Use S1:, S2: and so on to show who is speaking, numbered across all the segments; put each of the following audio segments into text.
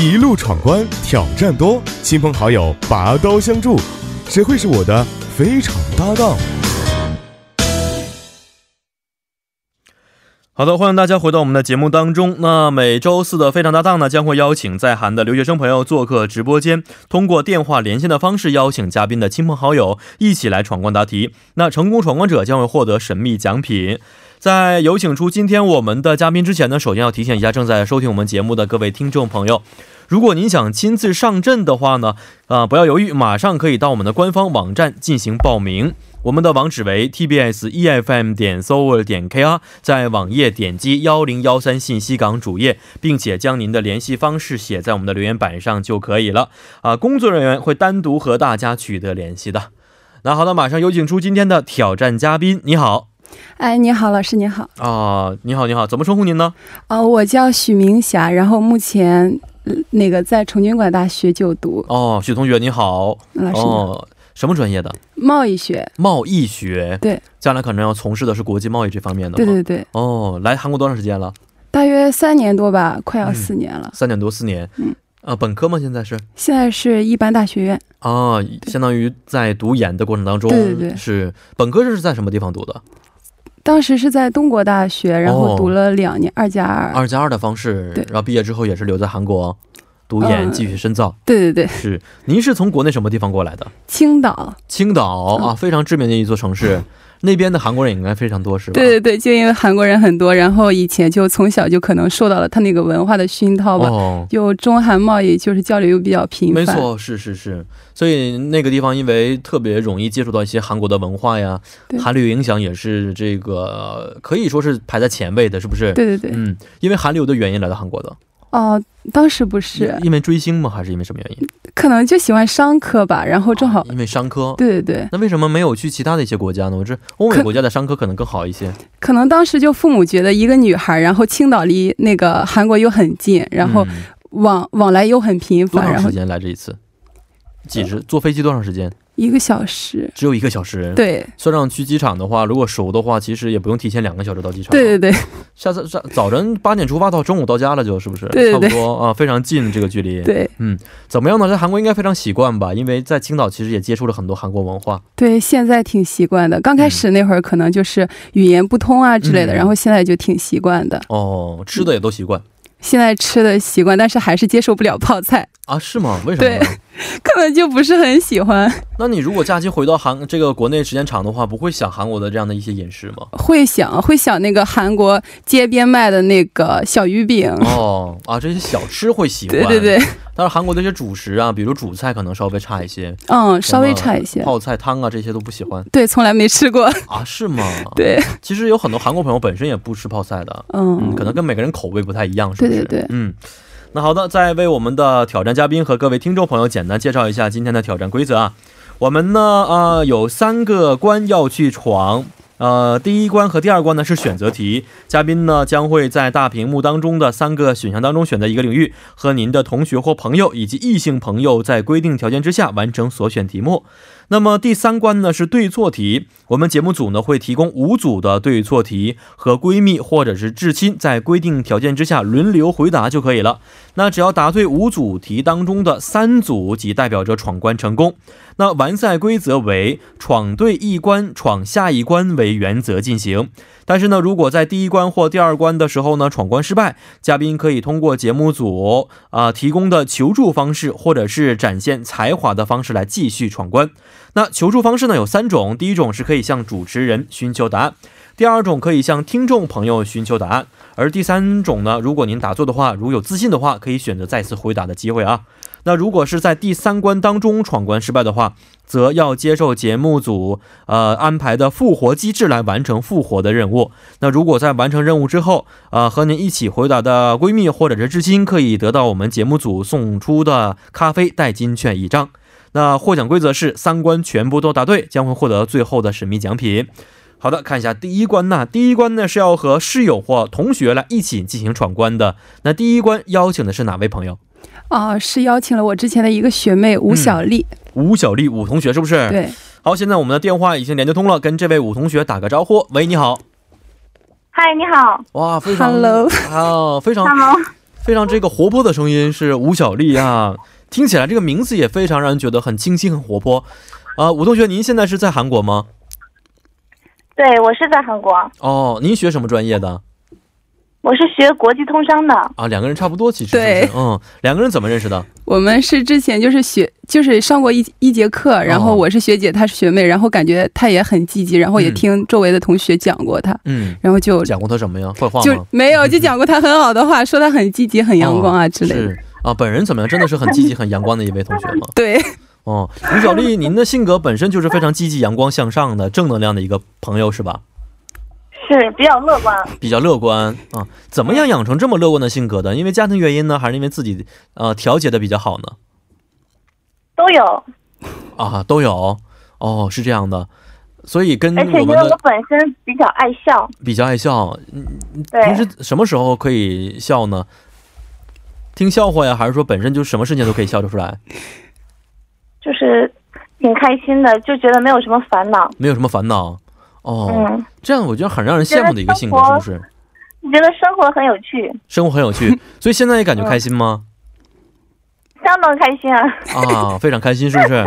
S1: 一路闯关，挑战多，亲朋好友拔刀相助，谁会是我的非常搭档？
S2: 好的，欢迎大家回到我们的节目当中。那每周四的非常搭档呢，将会邀请在韩的留学生朋友做客直播间，通过电话连线的方式邀请嘉宾的亲朋好友一起来闯关答题。那成功闯关者将会获得神秘奖品。在有请出今天我们的嘉宾之前呢，首先要提醒一下正在收听我们节目的各位听众朋友，如果您想亲自上阵的话呢，啊、不要犹豫，马上可以到我们的官方网站进行报名。我们的网址为 tbs efm E 点 s o u r 点 kr，在网页点击幺零幺三信息港主页，并且将您的联系方式写在我们的留言板上就可以了。啊，工作人员会单独和大家取得联系的。那好的，马上有请出今天的挑战嘉宾。你好
S3: 哎，你好，老师，你好。
S2: 啊、你好，你好，怎么称呼您呢？
S3: 啊、我叫许明霞，然后目前呃那个在崇军馆大学就读。
S2: 哦，许同学你好。
S3: 嗯老师你好，
S2: 哦，什么专业的？
S3: 贸易学。
S2: 贸易学。
S3: 对，
S2: 将来可能要从事的是国际贸易这方面的。
S3: 对。对对，
S2: 哦，来韩国多长时间了？
S3: 大约三年多吧，快要
S2: 嗯
S3: 四年了。
S2: 三点多，四年。
S3: 嗯。
S2: 呃，本科吗？现在是？
S3: 现在是一般大学院，
S2: 啊，相当于在读研的过程当中，
S3: 对对对啊
S2: 是本科是在什么地方读的？
S3: 当时是在东国大学，然后读了两年，二加二。
S2: 二加二的方式，
S3: 对
S2: 然后毕业之后也是留在韩国读研，
S3: 嗯
S2: 继续深 造。
S3: 对对对，
S2: 是，您是从国内什么地方过来的？
S3: 青岛。
S2: 青岛
S3: 嗯
S2: 啊，非常知名的一座城 市，那边的韩国人也应该非常多，是吧？
S3: 对对对，就因为韩国人很多，然后以前就从小就可能受到了他那个文化的熏陶吧，
S2: 哦，
S3: 就中韩贸易就是交流又比较频
S2: 没
S3: 繁。
S2: 错，是是是，所以那个地方因为特别容易接触到一些韩国的文化呀，
S3: 对
S2: 韩流影响也是这个呃可以说是排在前位的，是不是？，
S3: 对对对，
S2: 嗯，因为韩流的原因来到韩国的，
S3: 哦、当时不是，
S2: 因为追星吗？还是因为什么原因？
S3: 可能就喜欢商科吧，然后正好
S2: 啊，因为商科。
S3: 对对对，
S2: 那为什么没有去其他的一些国家呢？我这欧美国家的商科可能更好一些。
S3: 可能当时就父母觉得一个女孩，然后青岛离那个韩国又很近，然后
S2: 嗯
S3: 往、往来又很频
S2: 多
S3: 繁，
S2: 长
S3: 然
S2: 时
S3: 后呃
S2: 间来这一次？几十？坐飞机多长时间？
S3: 一个小时，
S2: 只有一个小时。，
S3: 对
S2: 算上去机场的话，如果熟的话，其实也不用提前两个小时到机场。
S3: 对对对
S2: 下次上早晨八点出发，到中午到家了，就是不是？
S3: 对对对
S2: 差不多啊，非常近这个距离。
S3: 对
S2: 怎么样呢？在韩国应该非常习惯吧？因为在青岛其实也接触了很多韩国文化。
S3: 对，现在挺习惯的。刚开始那会儿可能就是语言不通啊之类的，
S2: 嗯
S3: 然后现在就挺习惯的。
S2: 哦，吃的也都习惯、
S3: 现在吃的习惯，但是还是接受不了泡菜，
S2: 啊？是吗？为什么呢？
S3: 可能就不是很喜欢。
S2: 那你如果假期回到韩这个国内时间长的话，不会想韩国的这样的一些饮食 吗？
S3: 会想会想那个韩国街边卖的那个小鱼饼，
S2: 哦啊，这些小吃会喜欢，
S3: 对对。对，
S2: 但是韩国的一些主食啊，比如主菜可能稍微差一些，
S3: 嗯，稍微差一些。
S2: 泡菜汤啊这些都不喜 欢
S3: 对，从来没吃过。
S2: 啊？是吗？，
S3: 对，
S2: 其实有很多韩国朋友本身也不吃泡菜的，嗯，
S3: 嗯，
S2: 可能跟每个人口味不太一样，是不是？
S3: 对对对
S2: 嗯。那好的，再为我们的挑战嘉宾和各位听众朋友简单介绍一下今天的挑战规则啊。我们呢，呃，有三个关要去闯。呃，第一关和第二关呢是选择题，嘉宾呢将会在大屏幕当中的三个选项当中选择一个领域，和您的同学或朋友以及异性朋友在规定条件之下完成所选题目。那么第三关呢是对错题，我们节目组呢会提供五组的对错题，和闺蜜或者是至亲在规定条件之下轮流回答就可以了。那只要答对五组题当中的三组，即代表着闯关成功。那完赛规则为闯对一关、闯下一关为原则进行。但是呢，如果在第一关或第二关的时候呢，闯关失败，嘉宾可以通过节目组啊、提供的求助方式，或者是展现才华的方式来继续闯关。那求助方式呢有三种，第一种是可以向主持人寻求答案，第二种可以向听众朋友寻求答案，而第三种呢，如果您答错的话，如有自信的话，可以选择再次回答的机会啊。那如果是在第三关当中闯关失败的话，则要接受节目组呃安排的复活机制来完成复活的任务。那如果在完成任务之后，呃，和您一起回答的闺蜜或者是至亲，可以得到我们节目组送出的咖啡代金券一张。那获奖规则是三关全部都答对，将会获得最后的神秘奖品。好的，看一下第一关呐。第一关呢是要和室友或同学来一起进行闯关的。那第一关邀请的是哪位朋友？
S3: 啊，是邀请了我之前的一个学妹吴小丽，
S2: 吴小丽，吴同学是不是？。
S3: 对，
S2: 好，现在我们的电话已经连接通了，跟这位吴同学打个招呼。喂，你好。
S4: 嗨，你好
S2: 哇，非常
S3: Hello
S2: 啊，非常
S4: ，Hello，
S2: 非常这个活泼的声音是吴小莉啊，听起来这个名字也非常让人觉得很清新、很活泼。啊、吴同学，您现在是在韩国吗？
S4: 对我是在韩国，
S2: 哦，您学什么专业的？
S4: 我是学国际通商的。
S2: 啊，两个人差不多，其实
S3: 对
S2: 是不是嗯，两个人怎么认识的？
S3: 我们是之前就是学，就是上过一一节课，然
S2: 哦
S3: 后我是学姐，她是学妹，然后感觉她也很积极，然后也
S2: 嗯
S3: 听周围的同学讲过她，
S2: 嗯，
S3: 然后就
S2: 讲过他什么呀？坏话
S3: 就
S2: 吗？
S3: 没有就讲过她很好的话，说她很积极、很阳光啊之类的。
S2: 是啊，本人怎么样？真的是很积极、很阳光的一位同 学吗？
S3: 对，
S2: 哦，吴小丽，您的性格本身就是非常积极、阳光向上的、正能量的一个朋友，是吧？
S4: 是比较乐观。
S2: 比较乐观啊。怎么样养成这么乐观的性格的？因为家庭原因呢，还是因为自己呃调节的比较好呢？
S4: 都有，
S2: 啊，都有。哦，是这样的。所以跟
S4: 而且
S2: 嗯我
S4: 因
S2: 们
S4: 为我
S2: 的
S4: 本身比较爱笑，
S2: 比较爱笑，嗯
S4: 对，
S2: 平时什么时候可以笑呢？听笑话呀，还是说本身就什么事情都可以笑得出来，
S4: 就是挺开心的，就觉得没有什么烦恼。
S2: 没有什么烦恼？哦，
S4: 嗯，
S2: 这样我觉得很让人羡慕的一个性格，
S4: 觉
S2: 是
S4: 得嗯
S2: 不是？
S4: 觉得生活很有趣，
S2: 生活很有趣，所以现在也感觉开心吗？
S4: 相当开心啊。
S2: 啊，非常开心，是不 是？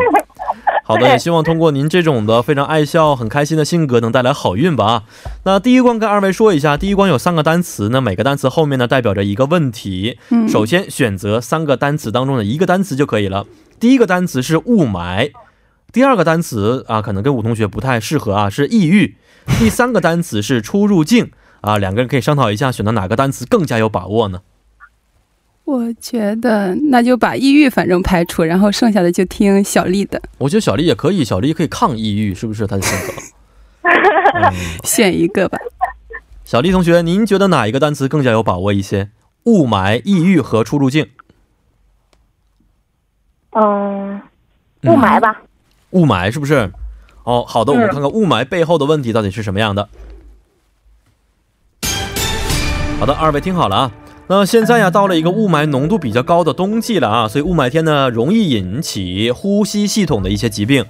S2: 好的，
S4: 对
S2: 也希望通过您这种的非常爱笑、很开心的性格，能带来好运吧。啊，那第一关跟二位说一下，第一关有三个单词，那每个单词后面呢代表着一个问题，
S3: 嗯，
S2: 首先选择三个单词当中的一个单词就可以了。第一个单词是雾霾，第二个单词啊，可能跟吴同学不太适合啊，是抑郁。第三个单词是出入境啊，两个人可以商讨一下，选择哪个单词更加有把握呢？
S3: 我觉得那就把抑郁反正排除，然后剩下的就听小丽的，
S2: 我觉得小丽也可以，小丽可以抗抑郁，是不是她的性格？嗯
S3: 选一个吧。
S2: 小丽同学，您觉得哪一个单词更加有把握一些？雾霾、抑郁和出入境。
S4: 嗯，雾霾吧，
S2: 雾霾是不是？哦，好的，我们看看雾霾背后的问题到底是什么样的。好的，二位听好了啊。那现在呀，到了一个雾霾浓度比较高的冬季了啊，所以雾霾天呢，容易引起呼吸系统的一些疾病。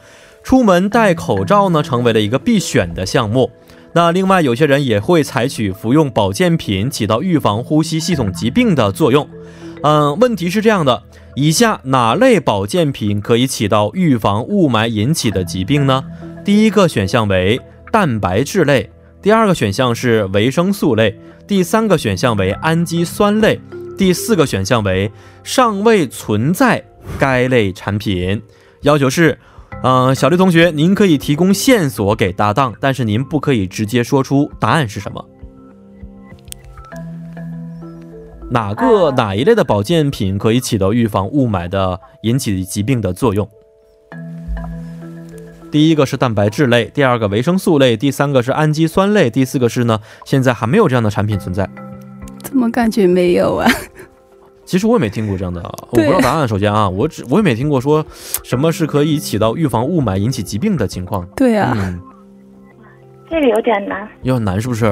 S2: 出门戴口罩呢，成为了一个必选的项目。那另外，有些人也会采取服用保健品，起到预防呼吸系统疾病的作用。嗯，问题是这样的，以下哪类保健品可以起到预防雾霾引起的疾病呢？第一个选项为蛋白质类，第二个选项是维生素类，第三个选项为氨基酸类，第四个选项为尚未存在该类产品。要求是，嗯、小丽同学，您可以提供线索给搭档，但是您不可以直接说出答案是什么。哪个哪一类的保健品可以起到预防雾霾的引起疾病的作用？第一个是蛋白质类，第二个维生素类，第三个是氨基酸类，第四个是呢，现在还没有这样的产品存在。
S3: 怎么感觉没有啊？
S2: 其实我也没听过这样的，我不
S3: 对
S2: 知道答案。首先啊，我只我也没听过说什么是可以起到预防雾霾引起疾病的情况。
S3: 对啊，
S2: 嗯，
S4: 这个有点难。
S2: 有点难是不是？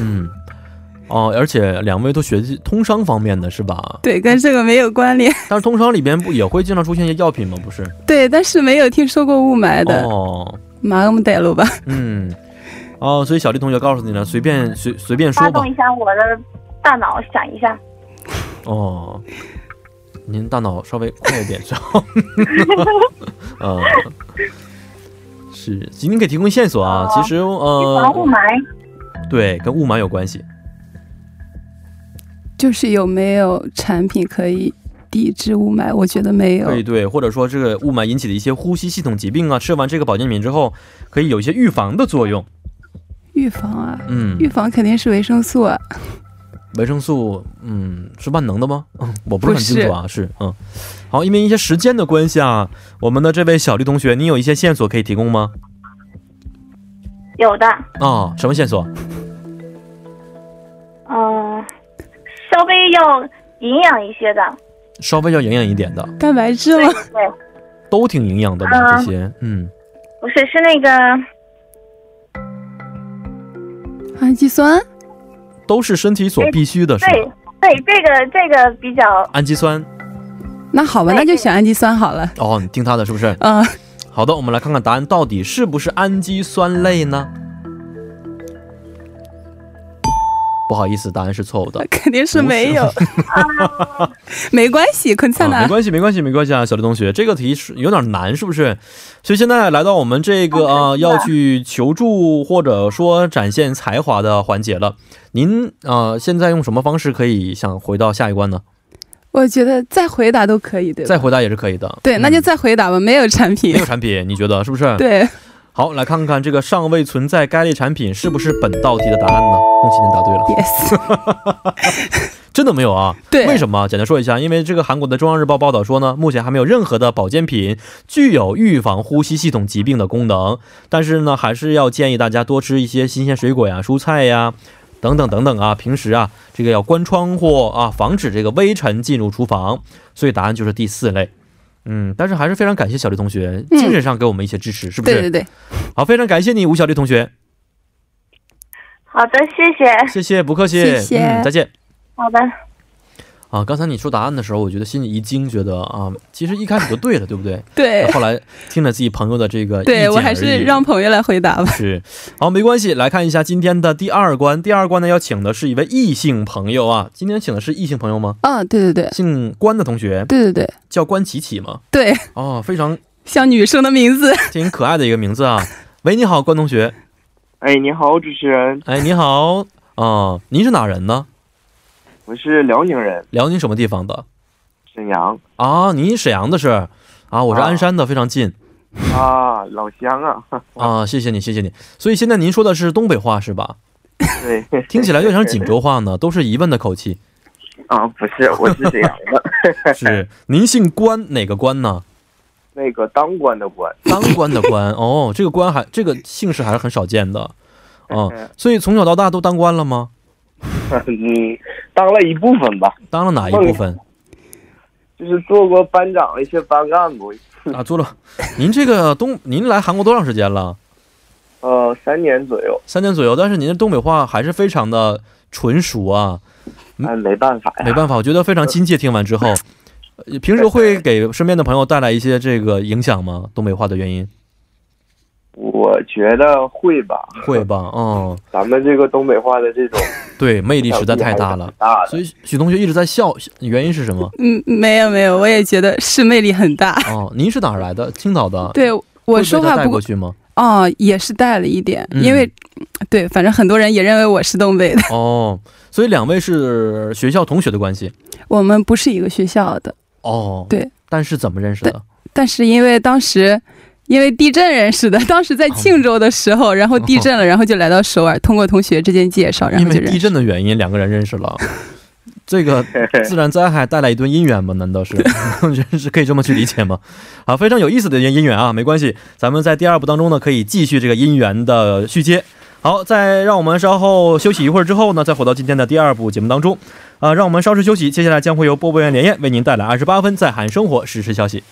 S2: 嗯，哦，而且两位都学通商方面的是吧？
S3: 对，跟这个没有关联。
S2: 但是通商里边不也会经常出现一些药品吗？不是？
S3: 对，但是没有听说过雾霾的，
S2: 哦，
S3: 马格姆带路吧。
S2: 嗯，哦，所以小丽同学告诉你了，随便随随便
S4: 发
S2: 说吧
S4: 动。一下我的大脑，想一下。
S2: 哦，您大脑稍微快一点，然 后， 呃，是，您可以提供线索啊。其实，
S4: 防雾
S2: 呃，
S4: 霾，
S2: 对，跟雾霾有关系。
S3: 就是有没有产品可以抵制雾霾？我觉得没有
S2: 可。以对，或者说这个雾霾引起的一些呼吸系统疾病啊，吃完这个保健品之后，可以有一些预防的作用。
S3: 预防啊，
S2: 嗯，
S3: 预防肯定是维生素啊。
S2: 维生素，嗯，是万能的吗？嗯，我不是很
S3: 不是
S2: 清楚啊，是，嗯，好，因为一些时间的关系啊，我们的这位小丽同学，你有一些线索可以提供吗？
S4: 有的，
S2: 啊、什么线索？
S4: 嗯，稍微要营养一些的，
S2: 稍微要营养一点的，
S3: 蛋白质 吗？
S4: 对，
S2: 都挺营养的吧？这些，嗯，
S4: 不是是那个
S3: 氨基酸？
S2: 都是身体所必需的，是吧？
S4: 对对，这个这个比较
S2: 氨基酸，
S3: 那好吧，
S4: 对
S3: 那就选氨基酸好了。啊
S2: 哦，你听他的是不是？
S3: 嗯，
S2: 好的，我们来看看答案到底是不是氨基酸类呢？不好意思，答案是错误的。
S3: 肯定是没有，啊 没关系，坤灿
S2: 啊，没
S3: 呐，
S2: 关系，没关系，没关系啊，小刘同学，这个题是有点难，是不是？所以现在来到我们这个啊、
S4: 哦是的
S2: 要去求助或者说展现才华的环节了。您啊、呃现在用什么方式可以想回到下一关呢？
S3: 我觉得再回答都可以，对吧？
S2: 再回答也是可以的。
S3: 对，那就再回答吧，没有产
S2: 没
S3: 品
S2: 有。产品，你觉得是不是？。
S3: 对，
S2: 好，来看看这个尚未存在该类产品是不是本道题的答案呢？恭喜您答对了，
S3: yes，
S2: 真的没有啊？
S3: 对
S2: 为什么？简单说一下，因为这个韩国的《中央日报》报道说呢，目前还没有任何的保健品具有预防呼吸系统疾病的功能，但是呢，还是要建议大家多吃一些新鲜水果呀、蔬菜呀。等等等等啊，平时啊，这个要关窗户啊，防止这个微尘进入厨房，所以答案就是第四类。嗯，但是还是非常感谢小丽同学，
S3: 嗯
S2: 精神上给我们一些支持，是不是？
S3: 对对对，
S2: 好，非常感谢你，吴小丽同学，
S4: 好的，谢谢。
S2: 谢谢，不客气，
S3: 谢谢
S2: 嗯，再见。
S4: 好的，
S2: 啊，刚才你说答案的时候，我觉得心里一惊，觉得啊，其实一开始就对了，对不对？
S3: 对
S2: 后来听了自己朋友的这个意见
S3: 对，我还
S2: 而
S3: 是
S2: 已
S3: 让朋友来回答吧。
S2: 是好，没关系，来看一下今天的第二关。第二关呢，要请的是一位异性朋友啊，今天请的是异性朋友吗？
S3: 嗯，对对对，
S2: 姓关的同学
S3: 对对对
S2: 叫关琪琪吗？
S3: 对，
S2: 哦，非常
S3: 像女生的名 字。
S2: 挺可爱的一个名字啊。喂，你好，关同学。
S5: 哎，你好，主持人，
S2: 哎，你好啊、您是哪人呢？
S5: 我是辽宁人，
S2: 辽宁什么地方的？
S5: 沈阳
S2: 啊，您沈阳的是？啊，我是鞍山的，非常近
S5: 啊，老乡啊，
S2: 啊，谢谢你，谢谢你。所以现在您说的是东北话是吧？
S5: 对
S2: 听起来就像是锦州话呢，都是疑问的口气。
S5: 啊，不是，我是沈阳 的，
S2: 是，您姓关哪个关呢？
S5: 那个当官的官，
S2: 当官的官哦，这个官还这个姓氏还是很少见的， 嗯，所以从小到大都当官了吗？
S5: 嗯，当了一部分吧，
S2: 当了哪一部
S5: 哦
S2: 分
S5: 就是做过班长一些班干部，
S2: 啊？做了，您这个东，您来韩国多长时间了？
S5: 呃，三年左右，
S2: 三年左右，但是您的东北话还是非常的纯熟啊。
S5: 哎，没办法
S2: 没
S5: 呀，
S2: 办法，我觉得非常亲切。听完之后，呃平时会给身边的朋友带来一些这个影响吗？东北话的原因
S5: 我觉得会吧，
S2: 会吧？哦，
S5: 咱们这个东北话的这种
S2: 对，魅力实在太大了。
S5: 大的，
S2: 所以许同学一直在笑，原因是什么？
S3: 嗯，没有没有，我也觉得是魅力很大。
S2: 哦，您是哪儿来的？青岛的。，
S3: 对我说话
S2: 带
S3: 不
S2: 过
S3: 过
S2: 去吗？
S3: 哦，也是带了一点，
S2: 嗯
S3: 因为对，反正很多人也认为我是东北的，
S2: 哦，所以两位是学校同学的关系。
S3: 我们不是一个学校的，
S2: 哦，
S3: 对。
S2: 但是怎么认识的？
S3: 但是因为当时。因为地震认识的，当时在庆州的时候，然后地震了，然后就来到首尔，通过同学之间介绍，然
S2: 因
S3: 后就
S2: 为
S3: 认
S2: 地
S3: 识。
S2: 震的原因，两个人认识了。这个自然灾害带来一顿姻缘吗？难 道是人是可以这么去理解吗？好，非常有意思的姻姻缘啊，没关系，咱们在第二部当中呢，可以继续这个姻缘的续接。好，在让我们稍后休息一会儿之后呢，再回到今天的第二部节目当中。啊、让我们稍事休息，接下来将会由播报员连燕为您带来二十八分在韩生活实时消息。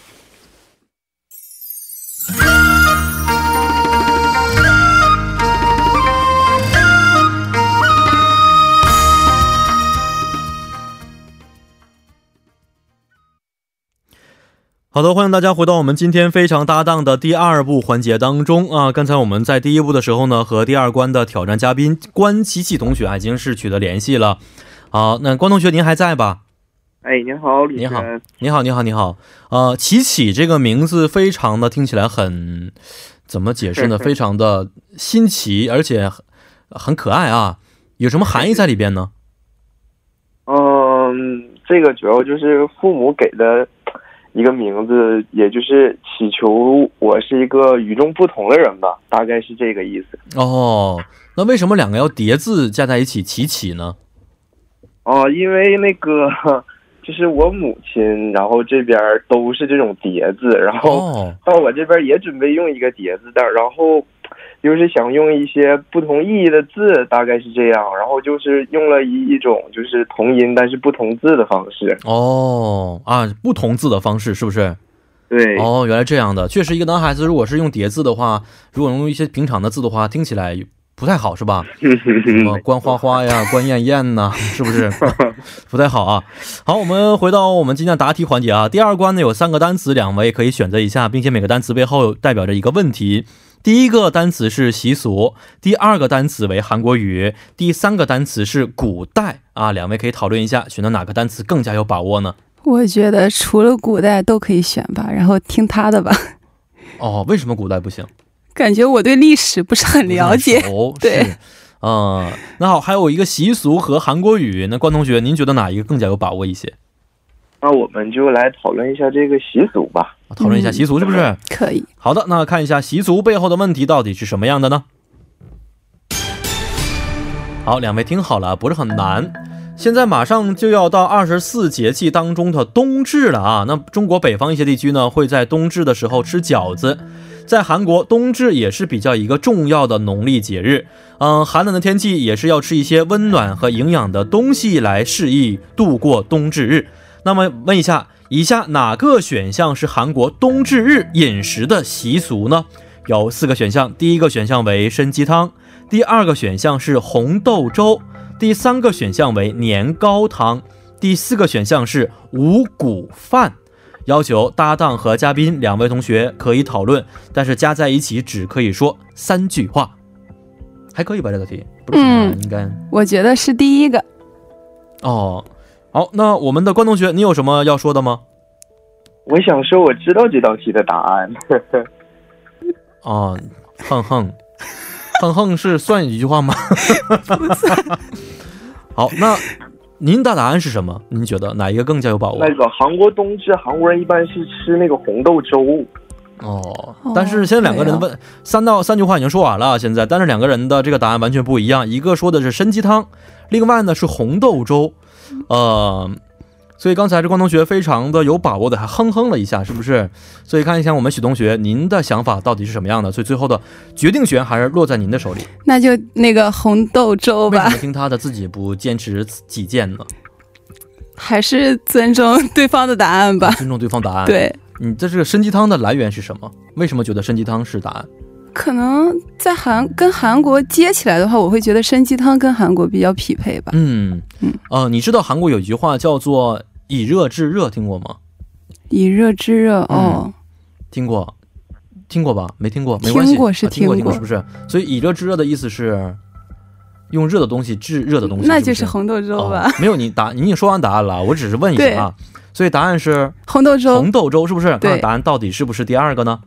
S2: 好的，欢迎大家回到我们今天非常搭档的第二部环节当中啊！刚才我们在第一部的时候呢，和第二关的挑战嘉宾关琪琪同学啊已经是取得联系了。好，那关同学您还在吧？
S5: 哎，您好，主持
S2: 你好
S5: 人，
S2: 你好，你好，你好。呃，琪琪这个名字非常的听起来很，啊怎么解释呢？非常的新奇，而且很很可爱啊。有什么含义在里边呢？
S5: 嗯，这个主要就是父母给的一个名字，也就是祈求我是一个与众不同的人吧，大概是这个意思。
S2: 哦，那为什么两个要叠字加在一起“琪琪”呢？
S5: 哦，因为那个就是我母亲，然后这边都是这种叠字，然后
S2: 哦，
S5: 到我这边也准备用一个叠字的，然后又是想用一些不同意义的字，大概是这样，然后就是用了一一种就是同音但是不同字的方式。
S2: 哦啊，不同字的方式是不是？
S5: 对，
S2: 哦，原来这样的，确实一个男孩子如果是用叠字的话，如果用一些平常的字的话，听起来不太好，是吧？
S5: 嗯
S2: 什么关花花呀，关艳艳呐，是不是？不太好啊。好，我们回到我们今天的答题环节啊。第二关呢有三个单词，两位可以选择一下，并且每个单词背后代表着一个问题。第一个单词是习俗，第二个单词为韩国语，第三个单词是古代啊。两位可以讨论一下，选择哪个单词更加有把握呢？
S3: 我觉得除了古代都可以选吧，然后听他的吧。
S2: 哦，为什么古代不行？
S3: 感觉我对历史不是很了解。
S2: 哦，
S3: 对
S2: 是，嗯，那好，还有一个习俗和韩国语。那关同学，您觉得哪一个更加有把握一些？
S5: 那我们就来讨论一下这个习俗吧。
S2: 啊讨论一下习俗是不是？
S3: 可以，
S2: 好的，那看一下习俗背后的问题到底是什么样的呢？好，两位听好了，啊不是很难。现在马上就要到二十四节气当中的冬至了啊！那中国北方一些地区呢，会在冬至的时候吃饺子。在韩国，冬至也是比较一个重要的农历节日。嗯，寒冷的天气也是要吃一些温暖和营养的东西来适宜度过冬至日。那么问一下，以下哪个选项是韩国冬至日饮食的习俗呢？有四个选项，第一个选项为参鸡汤，第二个选项是红豆粥，第三个选项为年糕汤，第四个选项是五谷饭。要求搭档和嘉宾两位同学可以讨论，但是加在一起只可以说三句话，还可以吧？这道题不是很难，
S3: 嗯
S2: 应该
S3: 我觉得是第一个。
S2: 哦。好，那我们的关同学，你有什么要说的吗？
S5: 我想说，我知道这道题的答案。
S2: 啊，哼哼，哼哼是算一句话吗？ 好，那您的答案是什么？您觉得哪一个更加有把握
S5: 那？个韩国冬至，韩国人一般是吃那个红豆粥。
S2: 哦，但是现在两个人的问、三到三句话已经说完了，啊现在但是两个人的这个答案完全不一样，一个说的是参鸡汤，另外呢是红豆粥，呃。所以刚才这关同学非常的有把握的，还哼哼了一下，是不是？所以看一下我们许同学，您的想法到底是什么样的？所以最后的决定权还是落在您的手里。
S3: 那就那个红豆粥
S2: 为什
S3: 吧
S2: 么，听他的自己不坚持己见呢？
S3: 还是尊重对方的答案吧。
S2: 尊重对方答案。，
S3: 对，
S2: 你这这个参鸡汤的来源是什么？为什么觉得参鸡汤是答案？
S3: 可能在韩跟韩国接起来的话，我会觉得参鸡汤跟韩国比较匹配吧。
S2: 嗯
S3: 嗯
S2: 呃，你知道韩国有一句话叫做“以热制热”，听过吗？
S3: 以热制热
S2: 嗯
S3: 哦，
S2: 听过，听过吧？没听过，没关系。
S3: 听过是
S2: 啊听过，
S3: 听
S2: 过，
S3: 过
S2: 是不是？所以“以热制热”的意思是用热的东西制热的东西，
S3: 那
S2: 就
S3: 就是红豆粥吧。
S2: 哦。没有你答，你已经说完答案了，我只是问一下啊。所以答案是
S3: 红豆粥
S2: 红，豆粥，是不是？
S3: 对
S2: 那答案到底是不是第二个呢？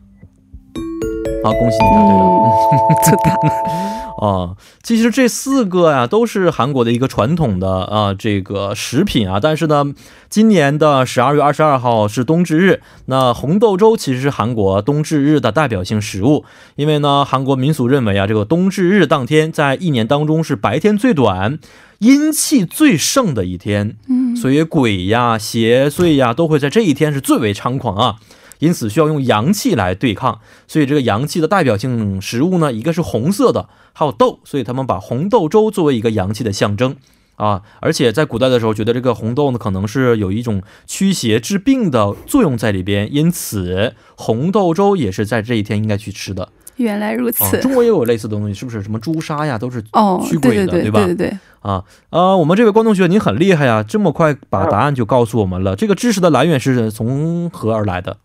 S2: 好，恭喜你答对了。嗯
S3: 就答
S2: 啊，其实这四个呀、都是韩国的一个传统的啊、这个食品啊，但是呢，今年的十二月二十二号是冬至日，那红豆粥其实是韩国冬至日的代表性食物，因为呢，韩国民俗认为啊，这个冬至日当天在一年当中是白天最短。阴气最盛的一天，
S3: 嗯
S2: 所以鬼呀、邪祟呀都会在这一天是最为猖狂啊，因此需要用阳气来对抗。所以这个阳气的代表性食物呢，一个是红色的，还有豆，所以他们把红豆粥作为一个阳气的象征啊。而且在古代的时候，觉得这个红豆呢，可能是有一种驱邪治病的作用在里边，因此红豆粥也是在这一天应该去吃的。
S3: 原来如
S2: 啊
S3: 此，
S2: 中国也有类似的东西，是不是？什么朱砂呀，都是
S3: 哦
S2: 驱，鬼
S3: 对
S2: 的，
S3: 对对
S2: 吧？
S3: 对对对，
S2: 啊，呃，我们这位观众学，您很厉害呀，这么快把答案就告诉我们
S3: 嗯
S2: 了。这个知识的来源是从何而来的？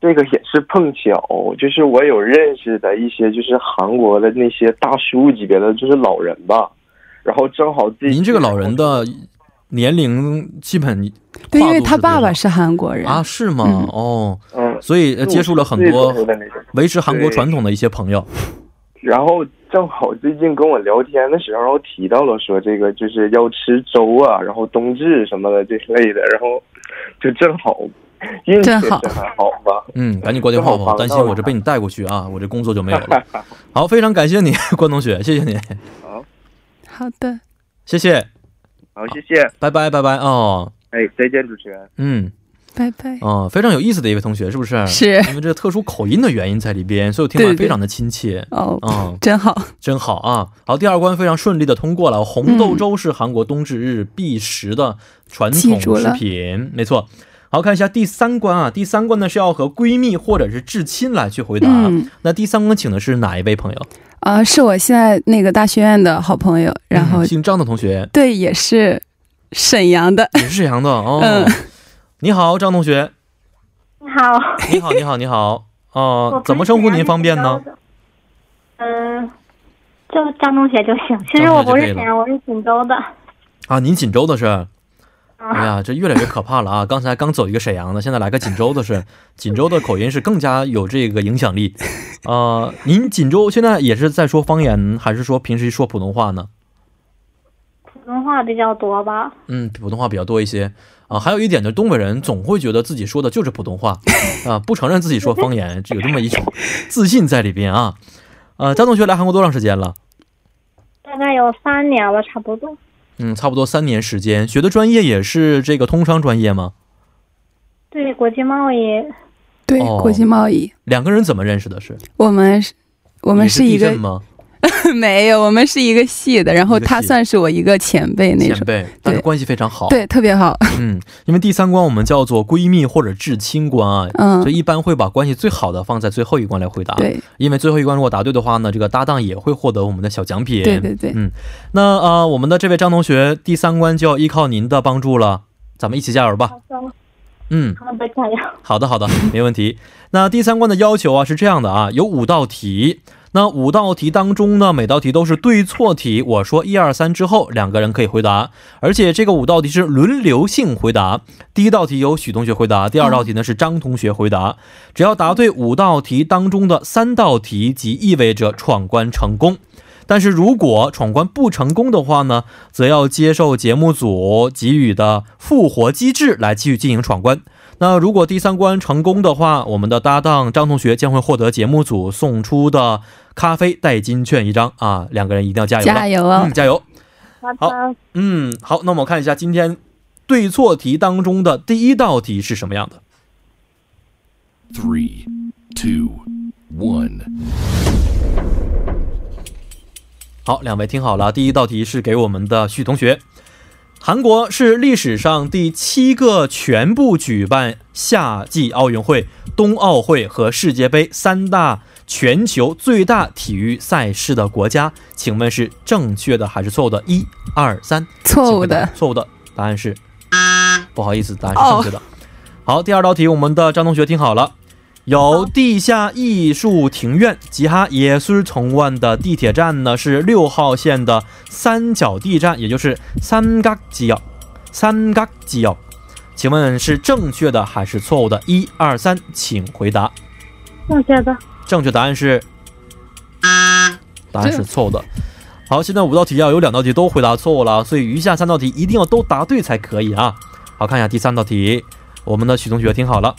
S5: 这个也是碰巧，就是我有认识的一些就是韩国的那些大叔级别的，就是老人吧，然后正好自己
S2: 您这个老人的年龄基本
S3: 对，因
S2: 跨
S3: 为
S2: 度
S3: 他
S2: 是多
S3: 爸爸
S2: 少
S3: 是韩国人
S2: 啊，是吗？
S3: 嗯
S2: 哦，
S5: 嗯，
S2: 所以呃接触了很多
S5: 40岁左右的那种。
S2: 维持韩国传统的一些朋友。
S5: 然后正好最近跟我聊天的时候，然后提到了说这个就是要吃粥啊，然后冬至什么的这类的，然后就正好运气
S3: 正好
S5: 是还好吧。
S2: 嗯，赶紧挂电话
S5: 正
S2: 吧，
S5: 好
S2: 担心
S5: 防到
S2: 我
S5: 了
S2: 这被你带过去啊，我这工作就没有 了。好，非常感谢你， 关同学，谢谢你，
S3: 好的，
S2: 谢谢，
S5: 好，谢谢，
S2: 拜拜，拜拜哦，
S5: 哎，再见，主持人。
S2: 嗯，
S3: 拜拜。
S2: 哦，非常有意思的一位同学，是不是？
S3: 是
S2: 因为这特殊口音的原因在里边，所以我听起来
S3: 对对
S2: 非常的亲切。
S3: 哦，
S2: 嗯，
S3: 真好，
S2: 真好啊！好，第二关非常顺利的通过了。红豆粥是韩国冬至日必食的传统
S3: 记住
S2: 食
S3: 了
S2: 品，没错。好看一下第三关啊，第三关呢是要和闺蜜或者是至亲来去回答。
S3: 嗯
S2: 那第三关请的是哪一位朋友？
S3: 啊，是我现在那个大学院的好朋友，然后
S2: 嗯姓张的同 学，
S3: 对，也是沈阳的，
S2: 也是沈阳的哦。
S3: 嗯
S2: 你好，张同学，
S4: 你好，
S2: 你好，你好，你好。哦、
S4: 我
S2: 怎么称呼您方便
S4: 我
S2: 呢
S4: 不？是沈阳嗯，就张同学就行。其实我不是沈阳，我是锦州的。
S2: 啊，您锦州的是？哎
S4: 啊，
S2: 呀，这越来越可怕了 啊！刚才刚走一个沈阳的，现在来个锦州的是，锦州的口音是更加有这个影响力。 啊，您锦州现在也是在说方言，还是说平时说普通话呢？
S4: 普通话比较多吧？
S2: 嗯，普通话比较多一些啊。还有一点就是，东北人总会觉得自己说的就是普通 话啊，不承认自己说方言，这有这么一种自信在里边啊。呃，张同学来韩国多长时间了？
S4: 大概有三年了，差不多。
S2: 嗯，差不多三年时间。学的专业也是这个通商专业吗？
S4: 对国际贸易，
S3: 对，
S2: 哦
S3: 国际贸易，
S2: 两个人怎么认识的是？
S3: 我们是，我
S2: 我
S3: 们是一个
S2: 吗？
S3: 没有，我们是一个系的，然后
S2: 一个
S3: 他
S2: 系
S3: 算是我一个前辈那
S2: 前
S3: 种，
S2: 辈，哦但是关系非常好。，
S3: 对，特 别好，
S2: 嗯，因为第三关我们叫做闺蜜或者至亲关啊，
S3: 嗯
S2: 所，以一啊般会把关系最好的放在最后一关来回答。，
S3: 对，
S2: 因为最后一关如果答对的话呢，这个搭档也会获得我们的小奖品。
S3: 对对对
S2: 嗯，那呃，我们的这位张同学，第三关就要依靠您的帮助了，咱们一起加油吧。
S4: 好的，
S2: 嗯，
S4: 好的，加油。
S2: 好的，好的，没问题。 那第三关的要求啊是这样的啊，有五道题。那五道题当中呢，每道题都是对错题。我说一二三之后，两个人可以回答，而且这个五道题是轮流性回答。第一道题由许同学回答，第二道题呢是张同学回答。只要答对五道题当中的三道题，即意味着闯关成功。但是如果闯关不成功的话呢，则要接受节目组给予的复活机制来继续进行闯关。那如果第三关成功的话，我们的搭档张同学将会获得节目组送出的咖啡代金券一张啊！两个人一定要加油了，
S3: 加油哦
S2: 嗯，加油！
S4: 好的，
S2: 好嗯，好，那我们看一下今天对错题当中的第一道题是什么样的。
S6: three, two, one.
S2: 好，两位听好了，第一道题是给我们的许同学。韩国是历史上第七个全部举办夏季奥运会、冬奥会和世界杯三大全球最大体育赛事的国家，请问是正确的还是错误的？一、二、三，
S3: 错误
S2: 请回答
S3: 的，
S2: 错误的答案是，不好意思，答案是正
S3: 哦
S2: 确的。好，第二道题，我们的张同学听好了，有地下艺术庭院吉哈耶苏城湾的地铁站呢是六号线的三角地站，也就是三角吉奥，三角吉奥。请问是正确的还是错误的？一二三，请回答。
S4: 正确的。
S2: 正确答案是，答案是错误的。好，现在五道题啊，有两道题都回答错误了，所以余下三道题一定要都答对才可以啊。好，看一下第三道题，我们的许同学听好了。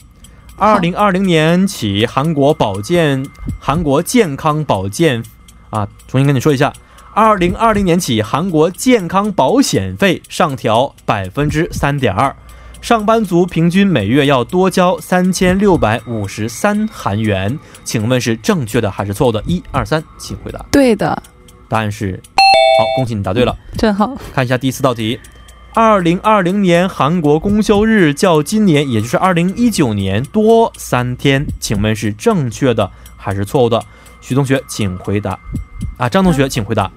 S2: 二零二零年起，韩国保健韩国健康保健啊，重新跟你说一下，二零二零年起，韩国健康保险费上调百分之三点二，上班族平均每月要多交三千六百五十三韩元。请问是正确的还是错误的？一二三，请回答。
S3: 对的，
S2: 答案是好，恭喜你答对了。
S3: 正好，
S2: 看一下第四道题。二零二零年韩国公休日较今年，也就是二零一九年多三天，请问是正确的还是错误的？徐同学，请回答。啊，张同学，请回答。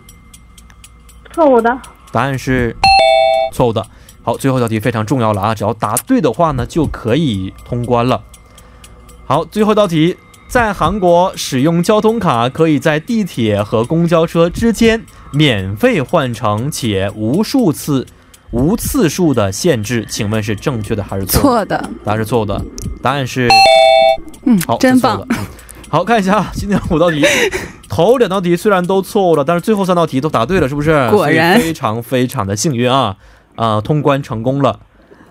S4: 错误的，
S2: 答案是错误的。好，最后一道题非常重要了啊！只要答对的话呢，就可以通关了。好，最后一道题，在韩国使用交通卡可以在地铁和公交车之间免费换乘，且无数次、无次数的限制，请问是正确的还是错？
S3: 错的，
S2: 答案是错误的，答案是
S3: 嗯
S2: 好，，
S3: 真
S2: 是错
S3: 棒
S2: 的。，嗯好看一下今天五道题，头两道题虽然都错误了，但是最后三道题都答对了，是不是？
S3: 果然
S2: 所以非常非常的幸运啊啊、通关成功了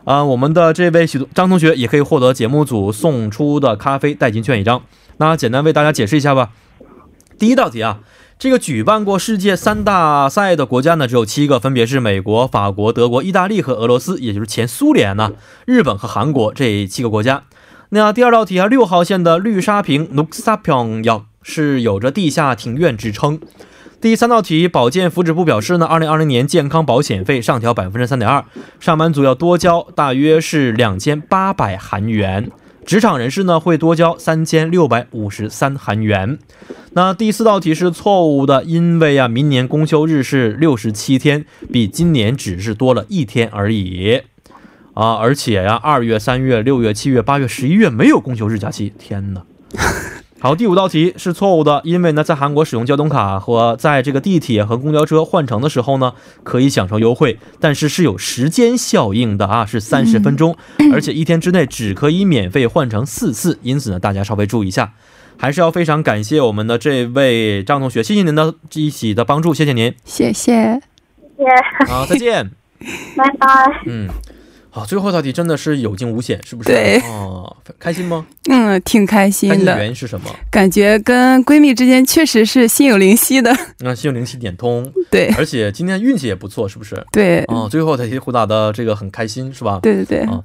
S2: 啊、我们的这位许张同学也可以获得节目组送出的咖啡代金券一张。那简单为大家解释一下吧。第一道题啊，这个举办过世界三大赛的国家呢，只有七个，分别是美国、法国、德国、意大利和俄罗斯，也就是前苏联呐、日本和韩国这七个国家。那第二道题啊，六号线的绿沙坪 n u k s a p y o n g 是有着地下庭院之称。第三道题，保健福祉部表示呢，二零二零年健康保险费上调百分之三点二，上班族要多交大约是两千八百韩元，职场人士呢会多交三千六百五十三韩元。那第四道题是错误的，因为啊，明年公休日是六十七天，比今年只是多了一天而已。啊，而且呀、2二月、三月、六月、七月、八月、十一月没有公休日假期，天哪！好，第五道题是错误的，因为呢，在韩国使用交通卡和在这个地铁和公交车换乘的时候呢，可以享受优惠，但是是有时间效应的啊，是三十分钟，而且一天之内只可以免费换乘四次，因此呢，大家稍微注意一下。还是要非常感谢我们的这位张同学，谢谢您的一起的帮助，谢谢您。
S3: 谢谢。
S4: 谢，
S2: 好，再见。
S4: 拜拜。
S2: 嗯，好，最后一道题真的是有惊无险，是不是？
S3: 对
S2: 哦，开心 吗？
S3: 嗯，挺开
S2: 开
S3: 心
S2: 心的
S3: 的
S2: 原因是什么？
S3: 感觉，跟闺蜜之间确实是心有灵犀 的。
S2: 那心有灵犀一点通，
S3: 对
S2: 而且今天运气也不错，是不是？
S3: 对
S2: 哦，最后题回答的这个很开心，是吧？
S3: 对对对，
S2: 哦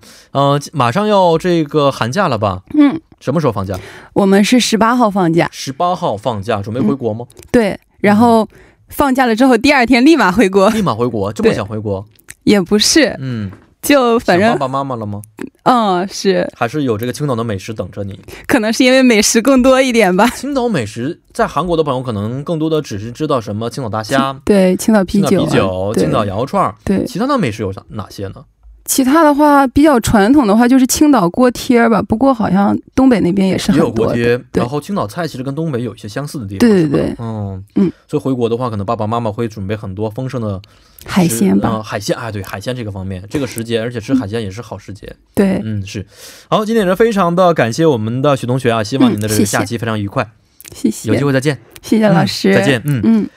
S2: 嗯、马上要这个寒假了吧？
S3: 嗯，
S2: 什么时候放假？
S3: 我们是十八号放假，
S2: 十八号放假，准备
S3: 嗯
S2: 回国吗？
S3: 对，
S2: 嗯
S3: 然后放假了之后第二天立马回国，
S2: 立马回国，这么
S3: 对
S2: 想回国？
S3: 也不是，
S2: 嗯，
S3: 就反
S2: 想
S3: 正
S2: 爸爸妈妈了吗？
S3: 嗯是，
S2: 还是有这个青岛的美食等着你？
S3: 可能是因为美食更多一点吧。
S2: 青岛美食，在韩国的朋友可能更多的只是知道什么青岛大虾、
S3: 对，青岛啤
S2: 青岛
S3: 酒啊、
S2: 啤酒、
S3: 对
S2: 青岛羊肉串儿，
S3: 对，
S2: 其他的美食有啥哪些呢？
S3: 其他的话比较传统的话就是青岛锅贴儿吧，不过好像东北那边也是
S2: 也
S3: 很
S2: 有
S3: 多
S2: 锅
S3: 的。
S2: 贴，
S3: 对
S2: 然后青岛菜其实跟东北有一些相似的地方，
S3: 对
S2: 是吧
S3: 对对
S2: 嗯
S3: 嗯，
S2: 所以回国的话，可能爸爸妈妈会准备很多丰盛的
S3: 海
S2: 吃
S3: 鲜吧，嗯
S2: 呃海鲜，哎，对，海鲜这个方面，这个时节，而且吃海鲜也是好时节。
S3: 对，
S2: 嗯，是。好，今天也是非常的感谢我们的许同学啊，希望您的这个
S3: 嗯谢谢
S2: 假期非常愉快，
S3: 谢
S2: 有
S3: 谢
S2: 机，会再见，
S3: 谢谢老师，
S2: 再见，嗯。
S3: 嗯。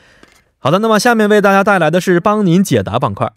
S2: 好的，那么下面为大家带来的是帮您解答板块。